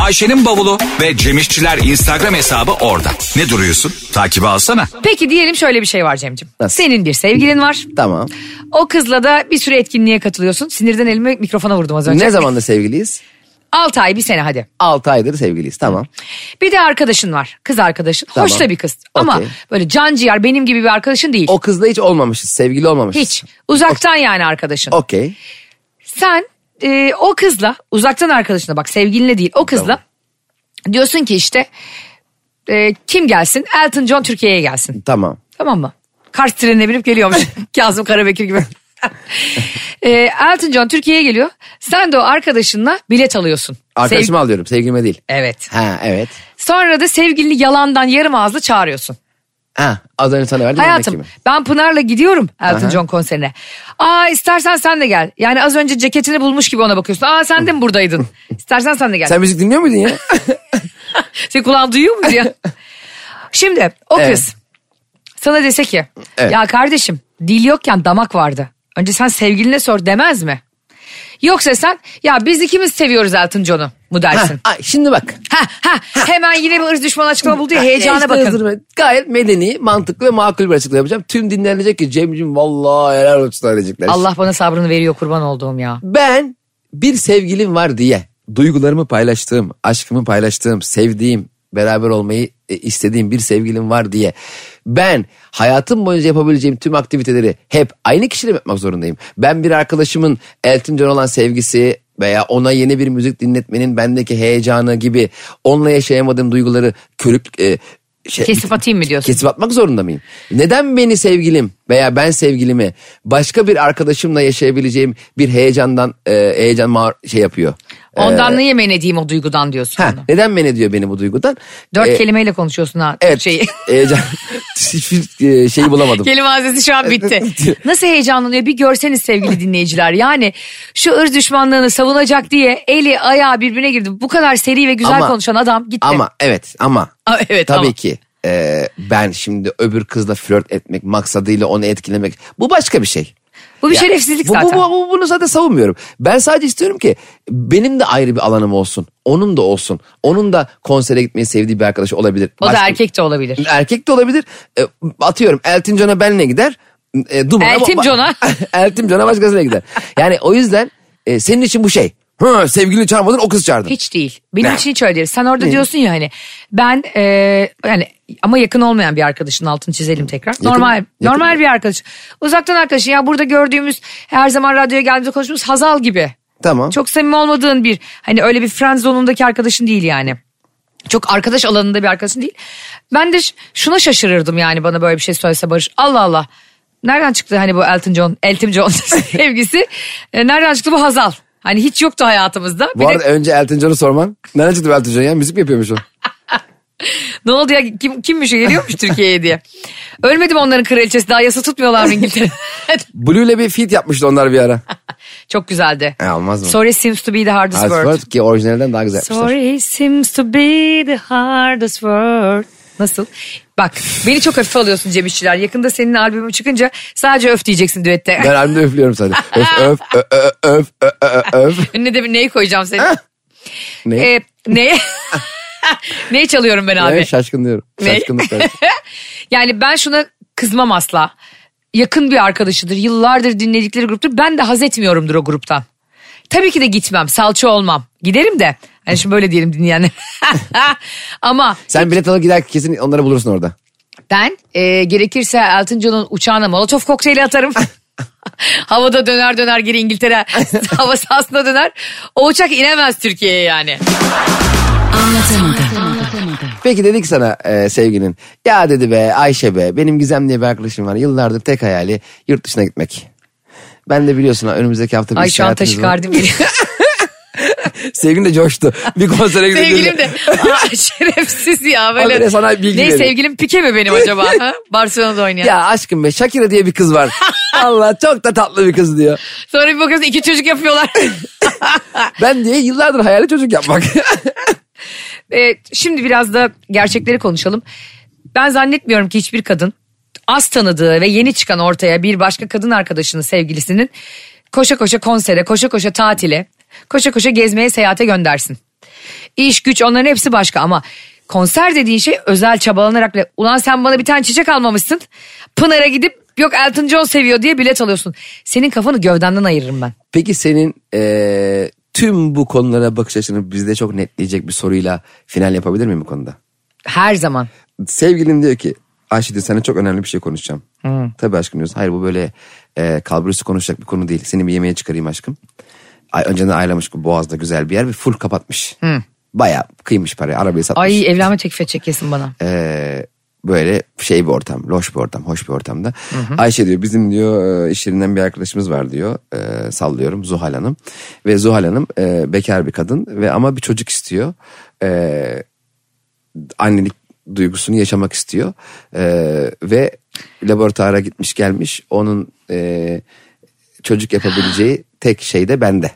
A: Ayşe'nin bavulu ve Cemişçiler Instagram hesabı orada. Ne duruyorsun? Takibi alsana.
B: Peki diyelim şöyle bir şey var Cem'cim.
C: Nasıl?
B: Senin bir sevgilin var.
C: Tamam.
B: O kızla da bir sürü etkinliğe katılıyorsun. Sinirden elime mikrofona vurdum az önce.
C: Ne zamandır sevgiliyiz?
B: 6 ay bir sene hadi.
C: 6 aydır sevgiliyiz tamam.
B: Bir de arkadaşın var. Kız arkadaşın.
C: Tamam.
B: Hoş da bir kız. Ama
C: Okey.
B: böyle can ciğer benim gibi bir arkadaşın değil.
C: O kızla hiç olmamışız sevgili olmamışız.
B: Hiç. Uzaktan yani arkadaşın.
C: Okey.
B: Sen e, o kızla uzaktan arkadaşına bak sevgilinle değil o kızla diyorsun ki işte e, kim gelsin Elton John Türkiye'ye gelsin
C: Tamam.
B: tamam mı? Kars trenine binip geliyormuş Kazım Karabekir gibi. e, Elton John Türkiye'ye geliyor sen de o arkadaşınla bilet alıyorsun.
C: Arkadaşımı
B: Sevg-
C: alıyorum sevgilime değil.
B: Evet.
C: Ha evet.
B: Sonra da sevgilini yalandan yarım ağızla çağırıyorsun.
C: Ha az önce sana verdim.
B: Hayatım
C: örnek gibi.
B: ben Pınar'la gidiyorum Elton
C: Aha.
B: John konserine. Aa istersen sen de gel. Yani az önce ceketini bulmuş gibi ona bakıyorsun. Aa sen de mi buradaydın? İstersen sen de gel.
C: Sen müzik dinliyor muydun ya?
B: Senin kulağın duyuyor mu ya? Şimdi o kız
C: Evet.
B: sana dese ki
C: Evet.
B: ya kardeşim dil yokken damak vardı. Önce sen sevgiline sor demez mi? Yoksa sen ya biz ikimiz seviyoruz Elton John'u mu
C: ha,
B: dersin?
C: ay, şimdi bak.
B: Ha, ha, hemen yine bir ırz düşmanı açıklama buldu ya heyecana
C: İşte
B: bakın.
C: hazırım. Gayet medeni, mantıklı ve makul bir açıklama yapacağım. Tüm dinlenecek ki Cem'cim vallahi helal olsun diyecekler.
B: Allah bana sabrını veriyor kurban olduğum ya.
C: Ben bir sevgilim var diye duygularımı paylaştığım, aşkımı paylaştığım, sevdiğim, beraber olmayı e, istediğim bir sevgilim var diye ben hayatım boyunca yapabileceğim tüm aktiviteleri hep aynı kişiyle mi yapmak zorundayım. Ben bir arkadaşımın Elton John olan sevgisi veya ona yeni bir müzik dinletmenin bendeki heyecanı gibi onunla yaşayamadığım duyguları körüp e, şey,
B: Kesip atayım mı diyorsun?
C: kesip atmak zorunda mıyım? Neden beni sevgilim veya ben sevgilimi başka bir arkadaşımla yaşayabileceğim bir heyecandan e, heyecan mağar- şey yapıyor? E,
B: Ondan ne yemeğine diyeyim o duygudan diyorsun.
C: ha,
B: ona.
C: neden beni diyor beni bu duygudan?
B: Dört
C: E,
B: kelimeyle konuşuyorsun ha
C: evet,
B: şeyi.
C: Heyecan hiçbir e, şeyi bulamadım.
B: Kelime haznesi şu an bitti. Nasıl heyecanlanıyor bir görseniz sevgili dinleyiciler. Yani şu ırz düşmanlığını savunacak diye eli ayağı birbirine girdi. Bu kadar seri ve güzel
C: Ama-
B: konuşan adam gitti.
C: Ama evet ama
B: Aa, evet,
C: tabii
B: ama.
C: ki e, ben şimdi öbür kızla flört etmek maksadıyla onu etkilemek bu başka bir şey.
B: Bu bir
C: Ya,
B: şerefsizlik
C: bu- bu-
B: zaten.
C: Bu, bu- bunu zaten savunmuyorum. Ben sadece istiyorum ki benim de ayrı bir alanım olsun. Onun da olsun. Onun da konsere gitmeyi sevdiği bir arkadaşı olabilir.
B: o da
C: Başka-
B: erkek de olabilir.
C: Erkek de olabilir. E, atıyorum Elton John'a benle gider. E, Duman'a
B: Elton John'a.
C: Elton John'a başkasına gider. Yani o yüzden e, senin için bu şey. Hı, sevgilini çağırmadın o kız çağırdın.
B: Hiç değil. Benim için hiç öyle değil. Sen orada diyorsun ya hani ben e, yani ama yakın olmayan bir arkadaşın altını çizelim tekrar. normal
C: yakın
B: normal bir arkadaş. Uzaktan arkadaşın ya burada gördüğümüz her zaman radyoya geldiğimizde konuştuğumuz Hazal gibi.
C: Tamam.
B: Çok samimi olmadığın bir hani öyle bir friend zonundaki arkadaşın değil yani. Çok arkadaş alanında bir arkadaşın değil. Ben de ş- şuna şaşırırdım yani bana böyle bir şey söylese Barış. Allah Allah. Nereden çıktı hani bu Elton John, Elton John sevgisi? E, nereden çıktı bu Hazal? Hani hiç yoktu hayatımızda. Bir
C: Bu
B: de-
C: arada önce Elton John'u sorman. Nereden çıktı bu Elton John ya? Müzik mi yapıyormuş o?
B: Ne oldu ya kim, kimmiş o geliyormuş Türkiye'ye diye. Ölmedim onların kraliçesi daha yasa tutmuyorlar mı İngiltere?
C: Blue'le bir feat yapmıştı onlar bir ara.
B: Çok güzeldi.
C: E, olmaz mı?
B: Sorry seems to be the hardest word.
C: Asfalt ki orijinalinden daha güzel yapmışlar.
B: Sorry seems to be the hardest word. Nasıl? Bak beni çok hafife alıyorsun Cem İşçiler. Yakında senin albümün çıkınca sadece öf diyeceksin düette.
C: Ben halinde üflüyorum sadece. Öf öf ö, ö, öf ö, ö, ö, öf.
B: Önüne de bir neyi koyacağım senin?
C: Ne?
B: Ee, ne? neyi çalıyorum ben abi?
C: Ne? Şaşkın diyorum. Şaşkınlık. var.
B: Yani ben şuna kızmam asla. Yakın bir arkadaşıdır. Yıllardır dinledikleri gruptur. Ben de haz etmiyorumdur o gruptan. Tabii ki de gitmem. Salça olmam. Giderim de. Hani şimdi böyle diyelim dinleyenler. Ama
C: Sen bilet alıp gider kesin onları bulursun orada.
B: ben e, gerekirse Elton John'un uçağına molotof kokteyli atarım. Havada döner döner geri İngiltere hava sahasına döner. O uçak inemez Türkiye'ye yani.
D: Anlatamadım.
C: Peki dedik sana e, sevginin. Ya dedi be Ayşe be benim Gizem diye bir arkadaşım var. Yıllardır tek hayali yurt dışına gitmek. Ben de biliyorsun ha, önümüzdeki hafta bir
B: Ay
C: iş
B: şu an
C: seyahatimiz var.
B: taşikardim geliyor.
C: Sevgilin de coştu. Bir konsere gidelim.
B: sevgilim de Aa, şerefsiz ya
C: Abi
B: böyle.
C: de sana bilgi
B: ne
C: verin.
B: sevgilim Pike mi benim acaba? ha? Barcelona'da oynayan.
C: Ya aşkım be Shakira diye bir kız var. Allah çok da tatlı bir kız diyor.
B: Sonra bir bakıyorsun iki çocuk yapıyorlar.
C: Ben diye yıllardır hayali çocuk yapmak.
B: E, şimdi biraz da gerçekleri konuşalım. Ben zannetmiyorum ki hiçbir kadın az tanıdığı ve yeni çıkan ortaya bir başka kadın arkadaşının sevgilisinin koşa koşa konsere, koşa koşa tatile, koşa koşa gezmeye, seyahate göndersin. İş, güç onların hepsi başka ama konser dediğin şey özel çabalanarak ve ulan sen bana bir tane çiçek almamışsın. Pınar'a gidip yok Elton John seviyor diye bilet alıyorsun. Senin kafanı gövdenden ayırırım ben.
C: Peki senin e, tüm bu konulara bakış açını bizde çok netleyecek bir soruyla final yapabilir miyim bu konuda?
B: Her zaman.
C: Sevgilim diyor ki Ayşe diyor sana çok önemli bir şey konuşacağım. Tabii aşkım diyorsun. Hayır bu böyle e, kalbur üstü konuşacak bir konu değil. Seni bir yemeğe çıkarayım aşkım. Ay, önceden ayarlamış bu Boğaz'da güzel bir yer ve full kapatmış. Bayağı kıymış parayı arabayı satmış.
B: Ay evlenme teklifi edecek kesin bana.
C: Ee, böyle şey bir ortam, loş bir ortam, hoş bir ortamda. Ayşe diyor bizim diyor e, iş yerinden bir arkadaşımız var diyor. Ee, sallıyorum Zuhal Hanım. Ve Zuhal Hanım e, bekar bir kadın ve ama bir çocuk istiyor. Ee, annelik duygusunu yaşamak istiyor. Ee, ve laboratuvara gitmiş gelmiş. Onun e, çocuk yapabileceği tek şey de bende.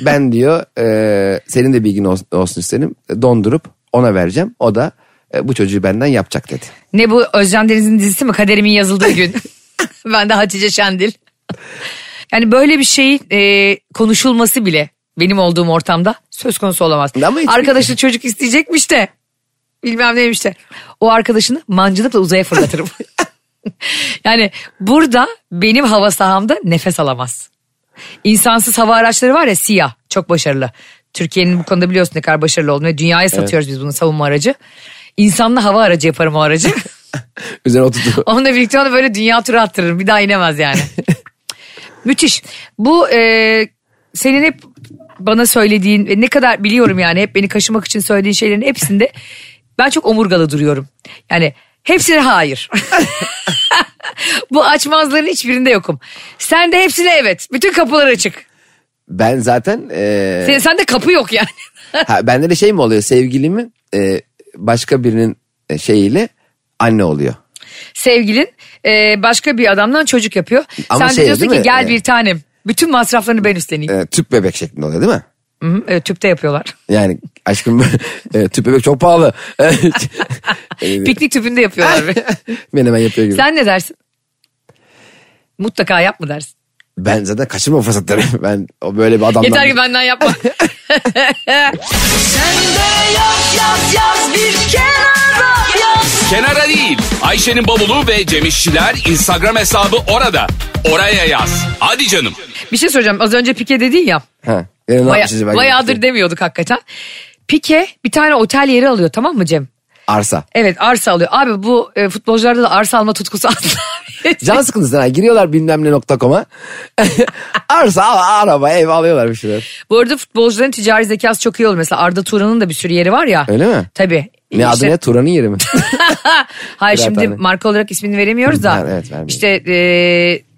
C: Ben diyor e, senin de bilgin olsun, olsun isterim. Dondurup ona vereceğim. O da e, bu çocuğu benden yapacak dedi.
B: Ne bu Özcan Deniz'in dizisi mi? Kaderimin yazıldığı gün. ben de Hatice Şendil. yani böyle bir şey e, konuşulması bile benim olduğum ortamda söz konusu olamaz.
C: Ama hiç-
B: Arkadaşı çocuk isteyecekmiş de bilmem neymiş de. O arkadaşını mancınıkla uzaya fırlatırım. yani burada benim hava sahamda nefes alamaz. İnsansız hava araçları var ya siyah çok başarılı. Türkiye'nin bu konuda biliyorsun ne kadar başarılı olduğunu ve dünyaya satıyoruz biz bunu savunma aracı. İnsanlı hava aracı yaparım o aracı.
C: Üzerine oturdu.
B: Onunla birlikte onu böyle dünya turu attırırım. Bir daha inemez yani. Müthiş. Bu e, senin hep bana söylediğin ve ne kadar biliyorum yani hep beni kaşımak için söylediğin şeylerin hepsinde ben çok omurgalı duruyorum. Yani hepsine hayır. Bu açmazların hiçbirinde yokum. Sen de hepsine evet. Bütün kapılar açık.
C: Ben zaten e,
B: Sen, sende kapı yok yani.
C: ha, bende de şey mi oluyor sevgilimi e, başka birinin e, şeyiyle anne oluyor.
B: Sevgilin e, başka bir adamdan çocuk yapıyor.
C: Ama
B: Sen de
C: şey,
B: diyorsun
C: değil
B: ki
C: mi?
B: gel
C: E,
B: bir tanem. Bütün masraflarını ben üstleneyim.
C: E, tüp bebek şeklinde oluyor değil mi?
B: Hı hı, e, tüpte yapıyorlar.
C: Yani aşkım e, tüp bebek çok pahalı.
B: Piknik tüpünde yapıyorlar. be.
C: Menemen yapıyor gibi.
B: Sen ne dersin? Mutlaka yap mı dersin?
C: Ben zaten kaçırma fırsatları. Ben o böyle bir adamdan.
B: Yeter ki benden yapma.
A: Kenara değil. Ayşe'nin bavulu ve Cemişçiler Instagram hesabı orada. Oraya yaz. Hadi canım.
B: bir şey soracağım. Az önce Pike dedin ya.
C: Ha, yani ne
B: Baya-
C: yapacağız acaba?
B: bayağıdır demiyorduk hakikaten. Pike bir tane otel yeri alıyor tamam mı Cem?
C: Arsa.
B: Evet arsa alıyor. Abi bu e, futbolcularda da arsa alma tutkusu asla.
C: Can sıkıntısı ha. Giriyorlar bilmem ne nokta com'a. Arsa, al- araba, ev alıyorlar bir şeyler.
B: bu arada futbolcuların ticari zekası çok iyi oluyor. Mesela Arda Turan'ın da bir sürü yeri var ya.
C: Öyle mi?
B: Tabii.
C: Ne adı
B: İşte-
C: ne? Turan'ın yeri mi?
B: Hayır şimdi
C: Kıraathane.
B: marka olarak ismini veremiyoruz da.
C: Ha, evet, vermeyelim.
B: İşte e,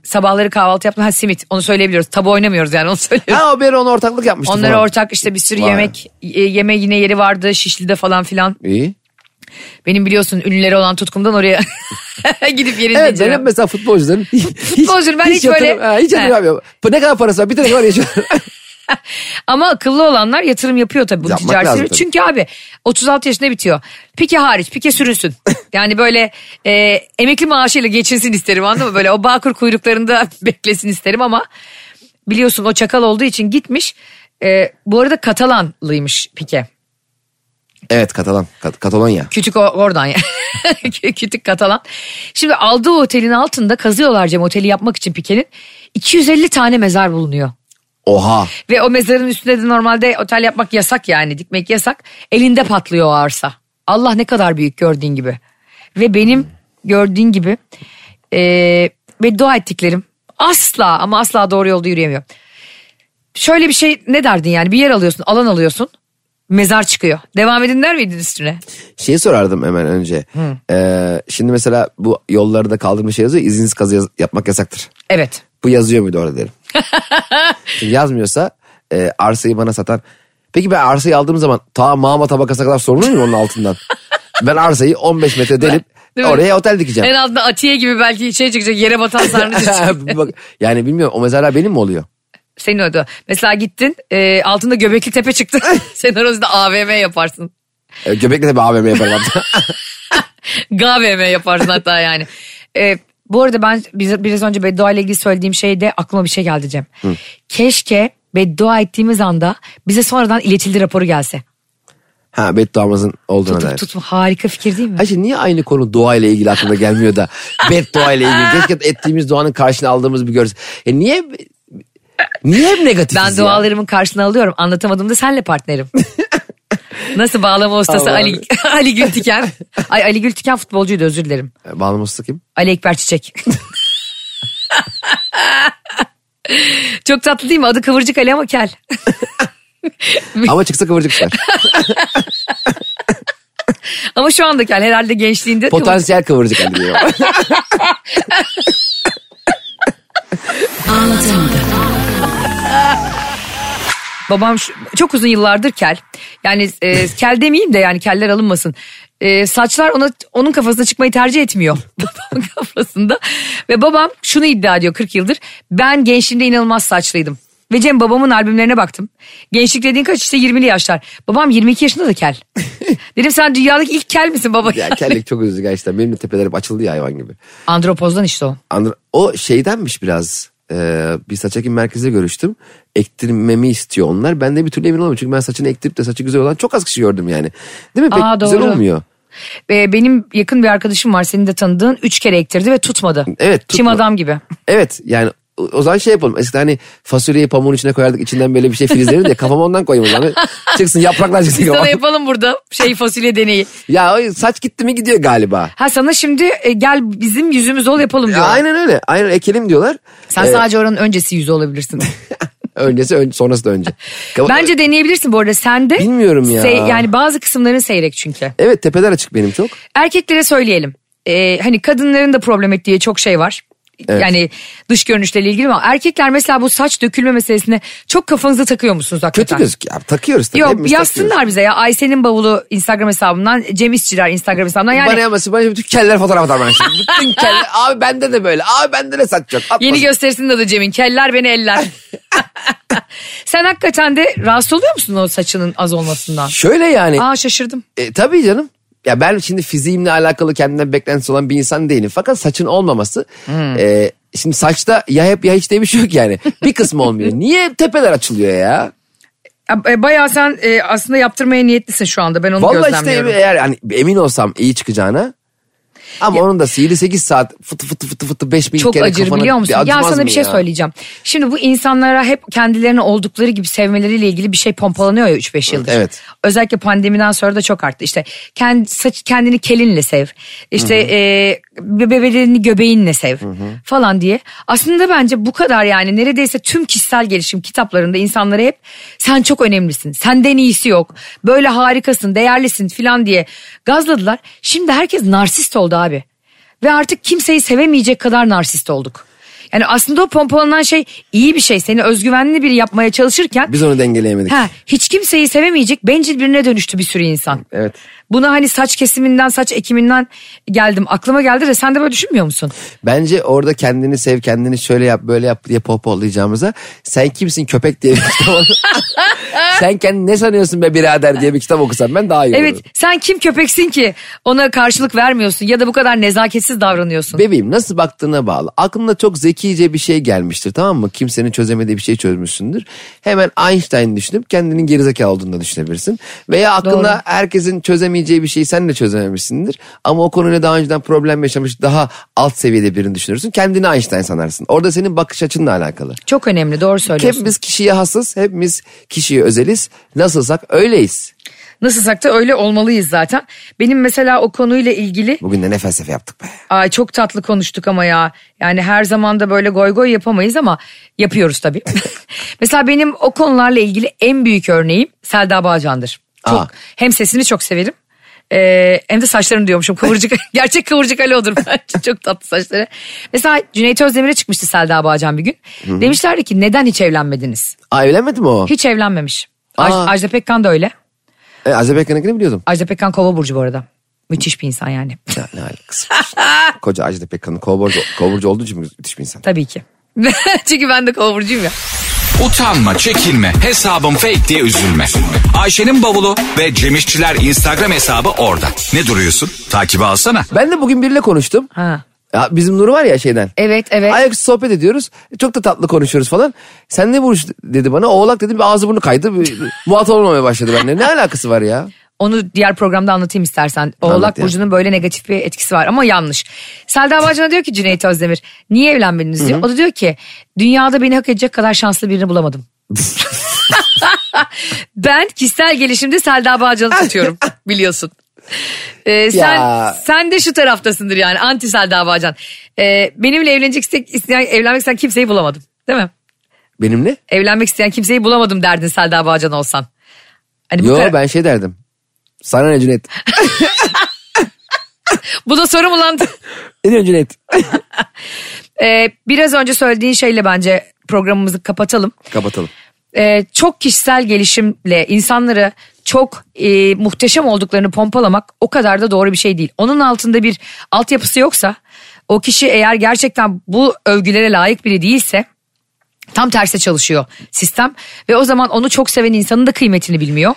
B: sabahları kahvaltı yapma. Ha simit onu söyleyebiliyoruz. Tabu oynamıyoruz yani onu söylüyoruz.
C: ha o bir onu ortaklık yapmıştı
B: Onlara
C: falan.
B: ortak işte bir sürü
C: Vay.
B: yemek e, yeme yine yeri vardı Şişli'de falan filan.
C: İyi.
B: Benim biliyorsun ünlüleri olan tutkumdan oraya gidip yerini
C: Evet
B: inceliyorum.
C: benim mesela futbolcuların hiç,
B: Futbolcuların ben hiç
C: yatırım-
B: böyle-
C: ha, hiç yatırım
B: He.
C: yapmıyorum. Bu Ne kadar parası var? Bir tane var yaşıyor.
B: Ama akıllı olanlar yatırım yapıyor tabii bu
C: Yapmak
B: ticaret
C: lazım
B: sürü.
C: tabii.
B: Çünkü abi 36 yaşında bitiyor. Pike hariç pike sürünsün. Yani böyle e, emekli maaşıyla geçinsin isterim anladın mı? Böyle o Bağkur kuyruklarında beklesin isterim ama biliyorsun o çakal olduğu için gitmiş. E, bu arada Katalanlıymış Pike.
C: evet Katalan. Kat- Katalonya.
B: Kütük o- oradan ya. Kütük Katalan. Şimdi aldığı otelin altında kazıyorlar Cem oteli yapmak için Pike'nin. 250 tane mezar bulunuyor.
C: Oha.
B: Ve o mezarın üstünde de normalde otel yapmak yasak yani dikmek yasak. Elinde patlıyor o arsa. Allah ne kadar büyük gördüğün gibi. Ve benim gördüğün gibi e, beddua ettiklerim Asla ama asla doğru yolda yürüyemiyor. Şöyle bir şey ne derdin yani bir yer alıyorsun alan alıyorsun mezar çıkıyor. Devam edin der miydin üstüne?
C: Şeyi sorardım hemen önce. Ee, şimdi mesela bu yollarda kaldırma şey yazıyor. İzinsiz kazı yaz- yapmak yasaktır.
B: Evet.
C: Bu yazıyor muydu orada derim. Şimdi yazmıyorsa e, arsayı bana satan. Peki ben arsayı aldığım zaman ta mağma tabakasına kadar sorulur muyum onun altından? ben arsayı 15 metre delip
B: Değil mi?
C: oraya otel dikeceğim.
B: En altında Atiye gibi belki şey çıkacak yere batan sarnıcı çıkacak.
C: Bir bak- yani bilmiyorum o mezarlar benim mi oluyor?
B: Senin ödü. Mesela gittin e, altında Göbekli Tepe çıktı. Sen orada AVM yaparsın.
C: E, göbekle tabii AVM yaparım. hatta.
B: GAVM yaparsın hatta yani. E, bu arada ben biz- biraz önce beddua ile ilgili söylediğim şeyde aklıma bir şey geldi Cem. Keşke beddua ettiğimiz anda bize sonradan iletildi raporu gelse.
C: ha bedduamızın olduğuna dair.
B: Tutup tutma harika fikir değil mi?
C: Ayşe niye aynı konu dua ile ilgili aklına gelmiyor da beddua ile ilgili. Keşke ettiğimiz duanın karşılığını aldığımız bir görse. E niye niye hep negatifiz
B: Ben
C: ya?
B: dualarımın karşına alıyorum. Anlatamadığımda senle partnerim. Nasıl bağlama ustası
C: Allah
B: Ali, Ali Gültiken? Ay Ali Gültiken futbolcuydu özür dilerim.
C: E, Bağlaması kim?
B: Ali Ekber Çiçek. Çok tatlı değil mi? Adı Kıvırcık Ali ama kel.
C: Ama çıksa kıvırcık çıkar.
B: Ama şu anda kel. Herhalde gençliğinde.
C: Potansiyel kıvırcık hani diyor.
D: Anlatamadım.
B: Babam şu- çok uzun yıllardır kel. Yani e, kel demeyeyim de yani keller alınmasın. E, saçlar ona onun kafasına çıkmayı tercih etmiyor. Babamın kafasında. Ve babam şunu iddia ediyor 40 yıldır. Ben gençliğimde inanılmaz saçlıydım. Ve Cem babamın albümlerine baktım. Gençlik dediğin kaç işte 20'li yaşlar. Babam 22 yaşında da kel. Dedim sen dünyadaki ilk kel misin baba?
C: ya kellik çok üzücü gerçekten. Benim de tepelerim açıldı ya hayvan gibi.
B: Andropozdan işte o.
C: Anladın- O şeydenmiş biraz. Ee, bir saç ekim merkezinde görüştüm. Ektirmemi istiyor onlar. Ben de bir türlü emin olamıyorum. Çünkü ben saçını ektirip de saçı güzel olan çok az kişi gördüm yani. Değil mi? Pek
B: Aa,
C: güzel
B: doğru.
C: olmuyor.
B: Ee, benim yakın bir arkadaşım var senin de tanıdığın. Üç kere ektirdi ve tutmadı.
C: Evet, tutma.
B: Çim adam gibi.
C: Evet yani o- o zaman şey yapalım. Eskiden hani fasulyeyi pamuğun içine koyardık. içinden böyle bir şey filizlenirdi ya. Kafama ondan koyayım o zaman. Çıksın yapraklar çıksın.
B: Sana
C: kafama.
B: yapalım burada şey fasulye deneyi.
C: ya o saç gitti mi gidiyor galiba.
B: Ha sana şimdi e, gel bizim yüzümüz ol yapalım
C: Ya,
B: diyorlar.
C: aynen öyle. Aynen ekelim diyorlar.
B: Sen
C: Ee,
B: sadece oranın öncesi yüzü olabilirsin.
C: Öncesi ön- sonrası da önce. Kafa-
B: Bence deneyebilirsin bu arada sen de.
C: Bilmiyorum ya.
B: yani bazı kısımların seyrek çünkü.
C: Evet tepeler açık benim çok.
B: Erkeklere söyleyelim. Ee, hani kadınların da problem ettiği çok şey var. Yani dış görünüşle ilgili ama erkekler mesela bu saç dökülme meselesine çok kafanıza takıyor musunuz hakikaten?
C: Kötü gözüküyor. Ya, Takıyoruz tabii.
B: Yok
C: hepimiz takıyoruz.
B: yazsınlar bize ya Ayşe'nin bavulu Instagram hesabından Cem İşçiler Instagram hesabından yani
C: Bana yamasın. Bana bütün keller fotoğraf atar bana şimdi. Bütün keller. Abi bende de böyle. Abi bende de saç yok. Atmasın.
B: yeni gösterisinin adı Cem'in keller beni eller. Sen hakikaten de rahatsız oluyor musun o saçının az olmasından?
C: Şöyle yani.
B: Aa şaşırdım.
C: E, tabii canım. Ya ben şimdi fiziğimle alakalı kendimden beklentisi olan bir insan değilim. Fakat saçın olmaması.
B: Hmm.
C: e, şimdi saçta ya hep ya hiç diye bir şey yok yani. Bir kısmı olmuyor. Niye tepeler açılıyor ya?
B: Ya, e, Bayağı sen e, aslında yaptırmaya niyetlisin şu anda ben onu
C: Vallahi işte
B: gözlemliyorum.
C: eğer hani emin olsam iyi çıkacağına. Ama onun da sihirli 8 saat fıtı fıtı fıtı fıtı 5000
B: çok
C: kere
B: acır
C: kafana
B: biliyor musun?
C: acımaz
B: Ya sana
C: mı
B: bir şey
C: ya?
B: söyleyeceğim. Şimdi bu insanlara hep kendilerini oldukları gibi sevmeleriyle ilgili bir şey pompalanıyor ya 3-5 yıldır.
C: Evet.
B: Özellikle pandemiden sonra da çok arttı. İşte kendi, saç, kendini kelinle sev. İşte e, bebelerini göbeğinle sev falan diye. Aslında bence bu kadar yani neredeyse tüm kişisel gelişim kitaplarında insanlara hep sen çok önemlisin. Senden iyisi yok. Böyle harikasın, değerlisin falan diye gazladılar. Şimdi herkes narsist oldu abi. Ve artık kimseyi sevemeyecek kadar narsist olduk. Yani aslında o pompalanan şey iyi bir şey. Seni özgüvenli biri yapmaya çalışırken
C: Biz onu dengeleyemedik.
B: ha, hiç kimseyi sevemeyecek bencil birine dönüştü bir sürü insan.
C: Evet.
B: Buna hani saç kesiminden saç ekiminden geldim aklıma geldi de sen de böyle düşünmüyor musun?
C: Bence orada kendini sev, kendini şöyle yap, böyle yap diye pohpohlayacağımıza sen kimsin köpek diye bir kitap oku- Sen kendini ne sanıyorsun be birader diye bir kitap okusam ben daha iyi
B: Evet
C: olurum.
B: sen kim köpeksin ki ona karşılık vermiyorsun ya da bu kadar nezaketsiz davranıyorsun.
C: Bebeğim nasıl baktığına bağlı. Aklına çok zekice bir şey gelmiştir tamam mı? Kimsenin çözemediği bir şey çözmüşsündür. Hemen Einstein düşünüp kendinin gerizekalı olduğunu da düşünebilirsin. Veya aklına
B: Doğru.
C: herkesin çözemeyeceği bir şeyi sen de çözememişsindir. Ama o konuyla daha önceden problem yaşamış daha alt seviyede birini düşünürsün. Kendini Einstein sanarsın. Orada senin bakış açınla alakalı.
B: Çok önemli doğru söylüyorsun.
C: Hepimiz kişiye hasız, hepimiz kişiye özeliz. Nasılsak öyleyiz.
B: Nasılsak da öyle olmalıyız zaten. Benim mesela o konuyla ilgili
C: Bugün de ne felsefe yaptık be.
B: ay çok tatlı konuştuk ama ya. Yani her zaman da böyle goy goy yapamayız ama yapıyoruz tabii. mesela benim o konularla ilgili en büyük örneğim Selda Bağcan'dır. Çok,
C: Aa.
B: hem sesini çok severim. Ee, hem de saçlarını diyormuşum kıvırcık gerçek kıvırcık Ali odur bence çok tatlı saçları mesela Cüneyt Özdemir'e çıkmıştı Selda Bağcan bir gün demişlerdi ki neden hiç evlenmediniz
C: Aa evlenmedi mi o?
B: hiç evlenmemiş Aj-
C: Aa.
B: Ajda Pekkan da öyle
C: E, Azerbaycan'ınkini biliyordum.
B: Ajda Pekkan kova burcu bu arada müthiş bir insan yani
C: Ne, ne alakası var? Koca Ajda Pekkan'ın kovborcu, kovborcu olduğu için müthiş bir insan.
B: tabii ki çünkü ben de kova burcuyum ya
A: Utanma, çekinme, hesabım fake diye üzülme. Ayşe'nin bavulu ve Cemişçiler Instagram hesabı orada. Ne duruyorsun? Takibi alsana.
C: Ben de bugün biriyle konuştum.
B: Ha.
C: Ya bizim Nuru var ya şeyden.
B: Evet evet.
C: Ayaküstü sohbet ediyoruz. E, Çok da tatlı konuşuyoruz falan. Sen ne burç dedi bana. Oğlak dedim bir ağzı burnu kaydı. Bir, muhatap olmamaya başladı benimle. Ne alakası var ya?
B: Onu diğer programda anlatayım istersen. Oğlak
C: ya.
B: Burcu'nun böyle negatif bir etkisi var ama yanlış. Selda Bağcan'a diyor ki Cüneyt Özdemir niye evlenmediniz diyor. O da diyor ki dünyada beni hak edecek kadar şanslı birini bulamadım. ben kişisel gelişimde Selda Bağcan'ı tutuyorum biliyorsun. Ee, sen
C: Ya.
B: sen de şu taraftasındır yani anti Selda Bağcan. Ee, benimle evlenecek istek, isteyen, evlenmek isteyen kimseyi bulamadım değil mi?
C: Benimle?
B: Evlenmek isteyen kimseyi bulamadım derdin Selda Bağcan olsan. Hani bu,
C: Yo
B: kara-
C: ben şey derdim. Sana ne Cüneyt?
B: bu da soru mu lan?
C: Ne diyorsun Cüneyt?
B: Ee, biraz önce söylediğin şeyle bence programımızı kapatalım.
C: Kapatalım.
B: Ee, çok kişisel gelişimle insanları çok e, muhteşem olduklarını pompalamak o kadar da doğru bir şey değil. Onun altında bir altyapısı yoksa o kişi eğer gerçekten bu övgülere layık biri değilse tam tersi çalışıyor sistem ve o zaman onu çok seven insanın da kıymetini bilmiyor.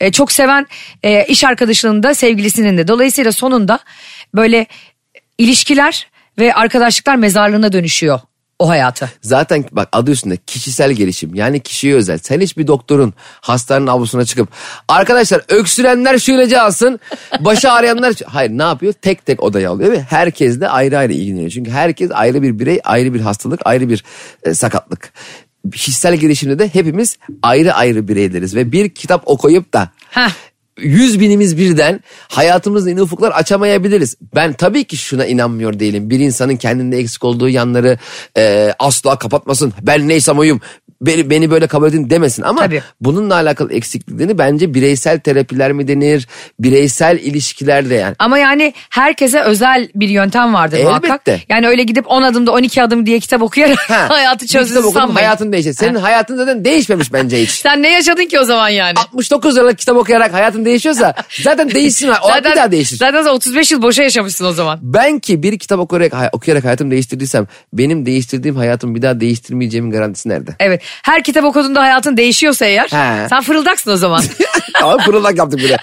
B: E, çok seven e, iş arkadaşının da sevgilisinin de dolayısıyla sonunda böyle ilişkiler ve arkadaşlıklar mezarlığına dönüşüyor o hayatı.
C: Zaten bak adı üstünde kişisel gelişim yani kişiye özel. Sen hiçbir doktorun hastanın avlusuna çıkıp arkadaşlar öksürenler şu ilacı alsın başı ağrıyanlar. şu-" Hayır ne yapıyor? Tek tek odaya alıyor ve herkes de ayrı ayrı ilgileniyor. Çünkü herkes ayrı bir birey ayrı bir hastalık ayrı bir e, sakatlık. Kişisel gelişimde de hepimiz ayrı ayrı bireyleriz ve bir kitap okuyup da
B: Heh.
C: yüz binimiz birden hayatımızda yeni ufuklar açamayabiliriz. Ben tabii ki şuna inanmıyor değilim. Bir insanın kendinde eksik olduğu yanları e, asla kapatmasın. Ben neysem oyum. Beni, beni böyle kabul edin demesin ama
B: Tabii.
C: bununla alakalı eksikliklerini bence bireysel terapiler mi denir? Bireysel ilişkilerle yani.
B: Ama yani herkese özel bir yöntem vardır
C: Elbette.
B: muhakkak. Yani öyle gidip 10 adımda 12 adım diye kitap okuyarak
C: Ha,
B: hayatı
C: bir kitap
B: çözdüğünü
C: okudum,
B: sanmayın.
C: Hayatın değişti. Senin hayatın zaten değişmemiş bence hiç.
B: Sen ne yaşadın ki o zaman yani?
C: 69 liralık kitap okuyarak hayatın değişiyorsa zaten değişsin. O bir daha değişir.
B: Zaten sen 35 yıl boşa yaşamışsın o zaman.
C: Ben ki bir kitap okuyarak, hay- okuyarak hayatımı değiştirdiysem benim değiştirdiğim hayatımı bir daha değiştirmeyeceğimin garantisi nerede?
B: Evet. Her kitap okuduğunda hayatın değişiyorsa eğer
C: He.
B: sen fırıldaksın o zaman.
C: Abi fırıldak yaptık bir de.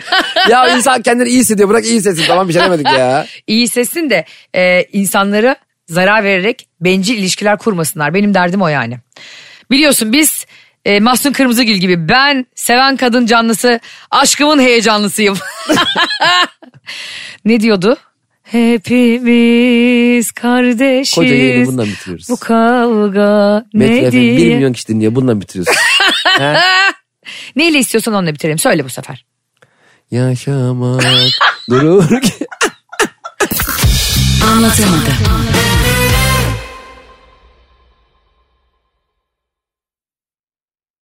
C: Ya insan kendini iyi hissediyor bırak iyi hissetsin tamam bir şey demedik ya.
B: İyi sesin de e, insanlara zarar vererek bencil ilişkiler kurmasınlar. Benim derdim o yani. Biliyorsun biz e, Mahsun Kırmızıgül gibi ben seven kadın canlısı aşkımın heyecanlısıyım. ne diyordu? Hepimiz kardeşiz.
C: Koca yayını bundan bitiriyoruz.
B: Bu kavga
C: Metro
B: ne
C: FM 1
B: diye.
C: milyon kişi dinliyor bununla bitiriyorsun.
B: Neyle istiyorsan onunla bitirelim. Söyle bu sefer.
C: Yaşamak durur ki.
D: Anlatamadım.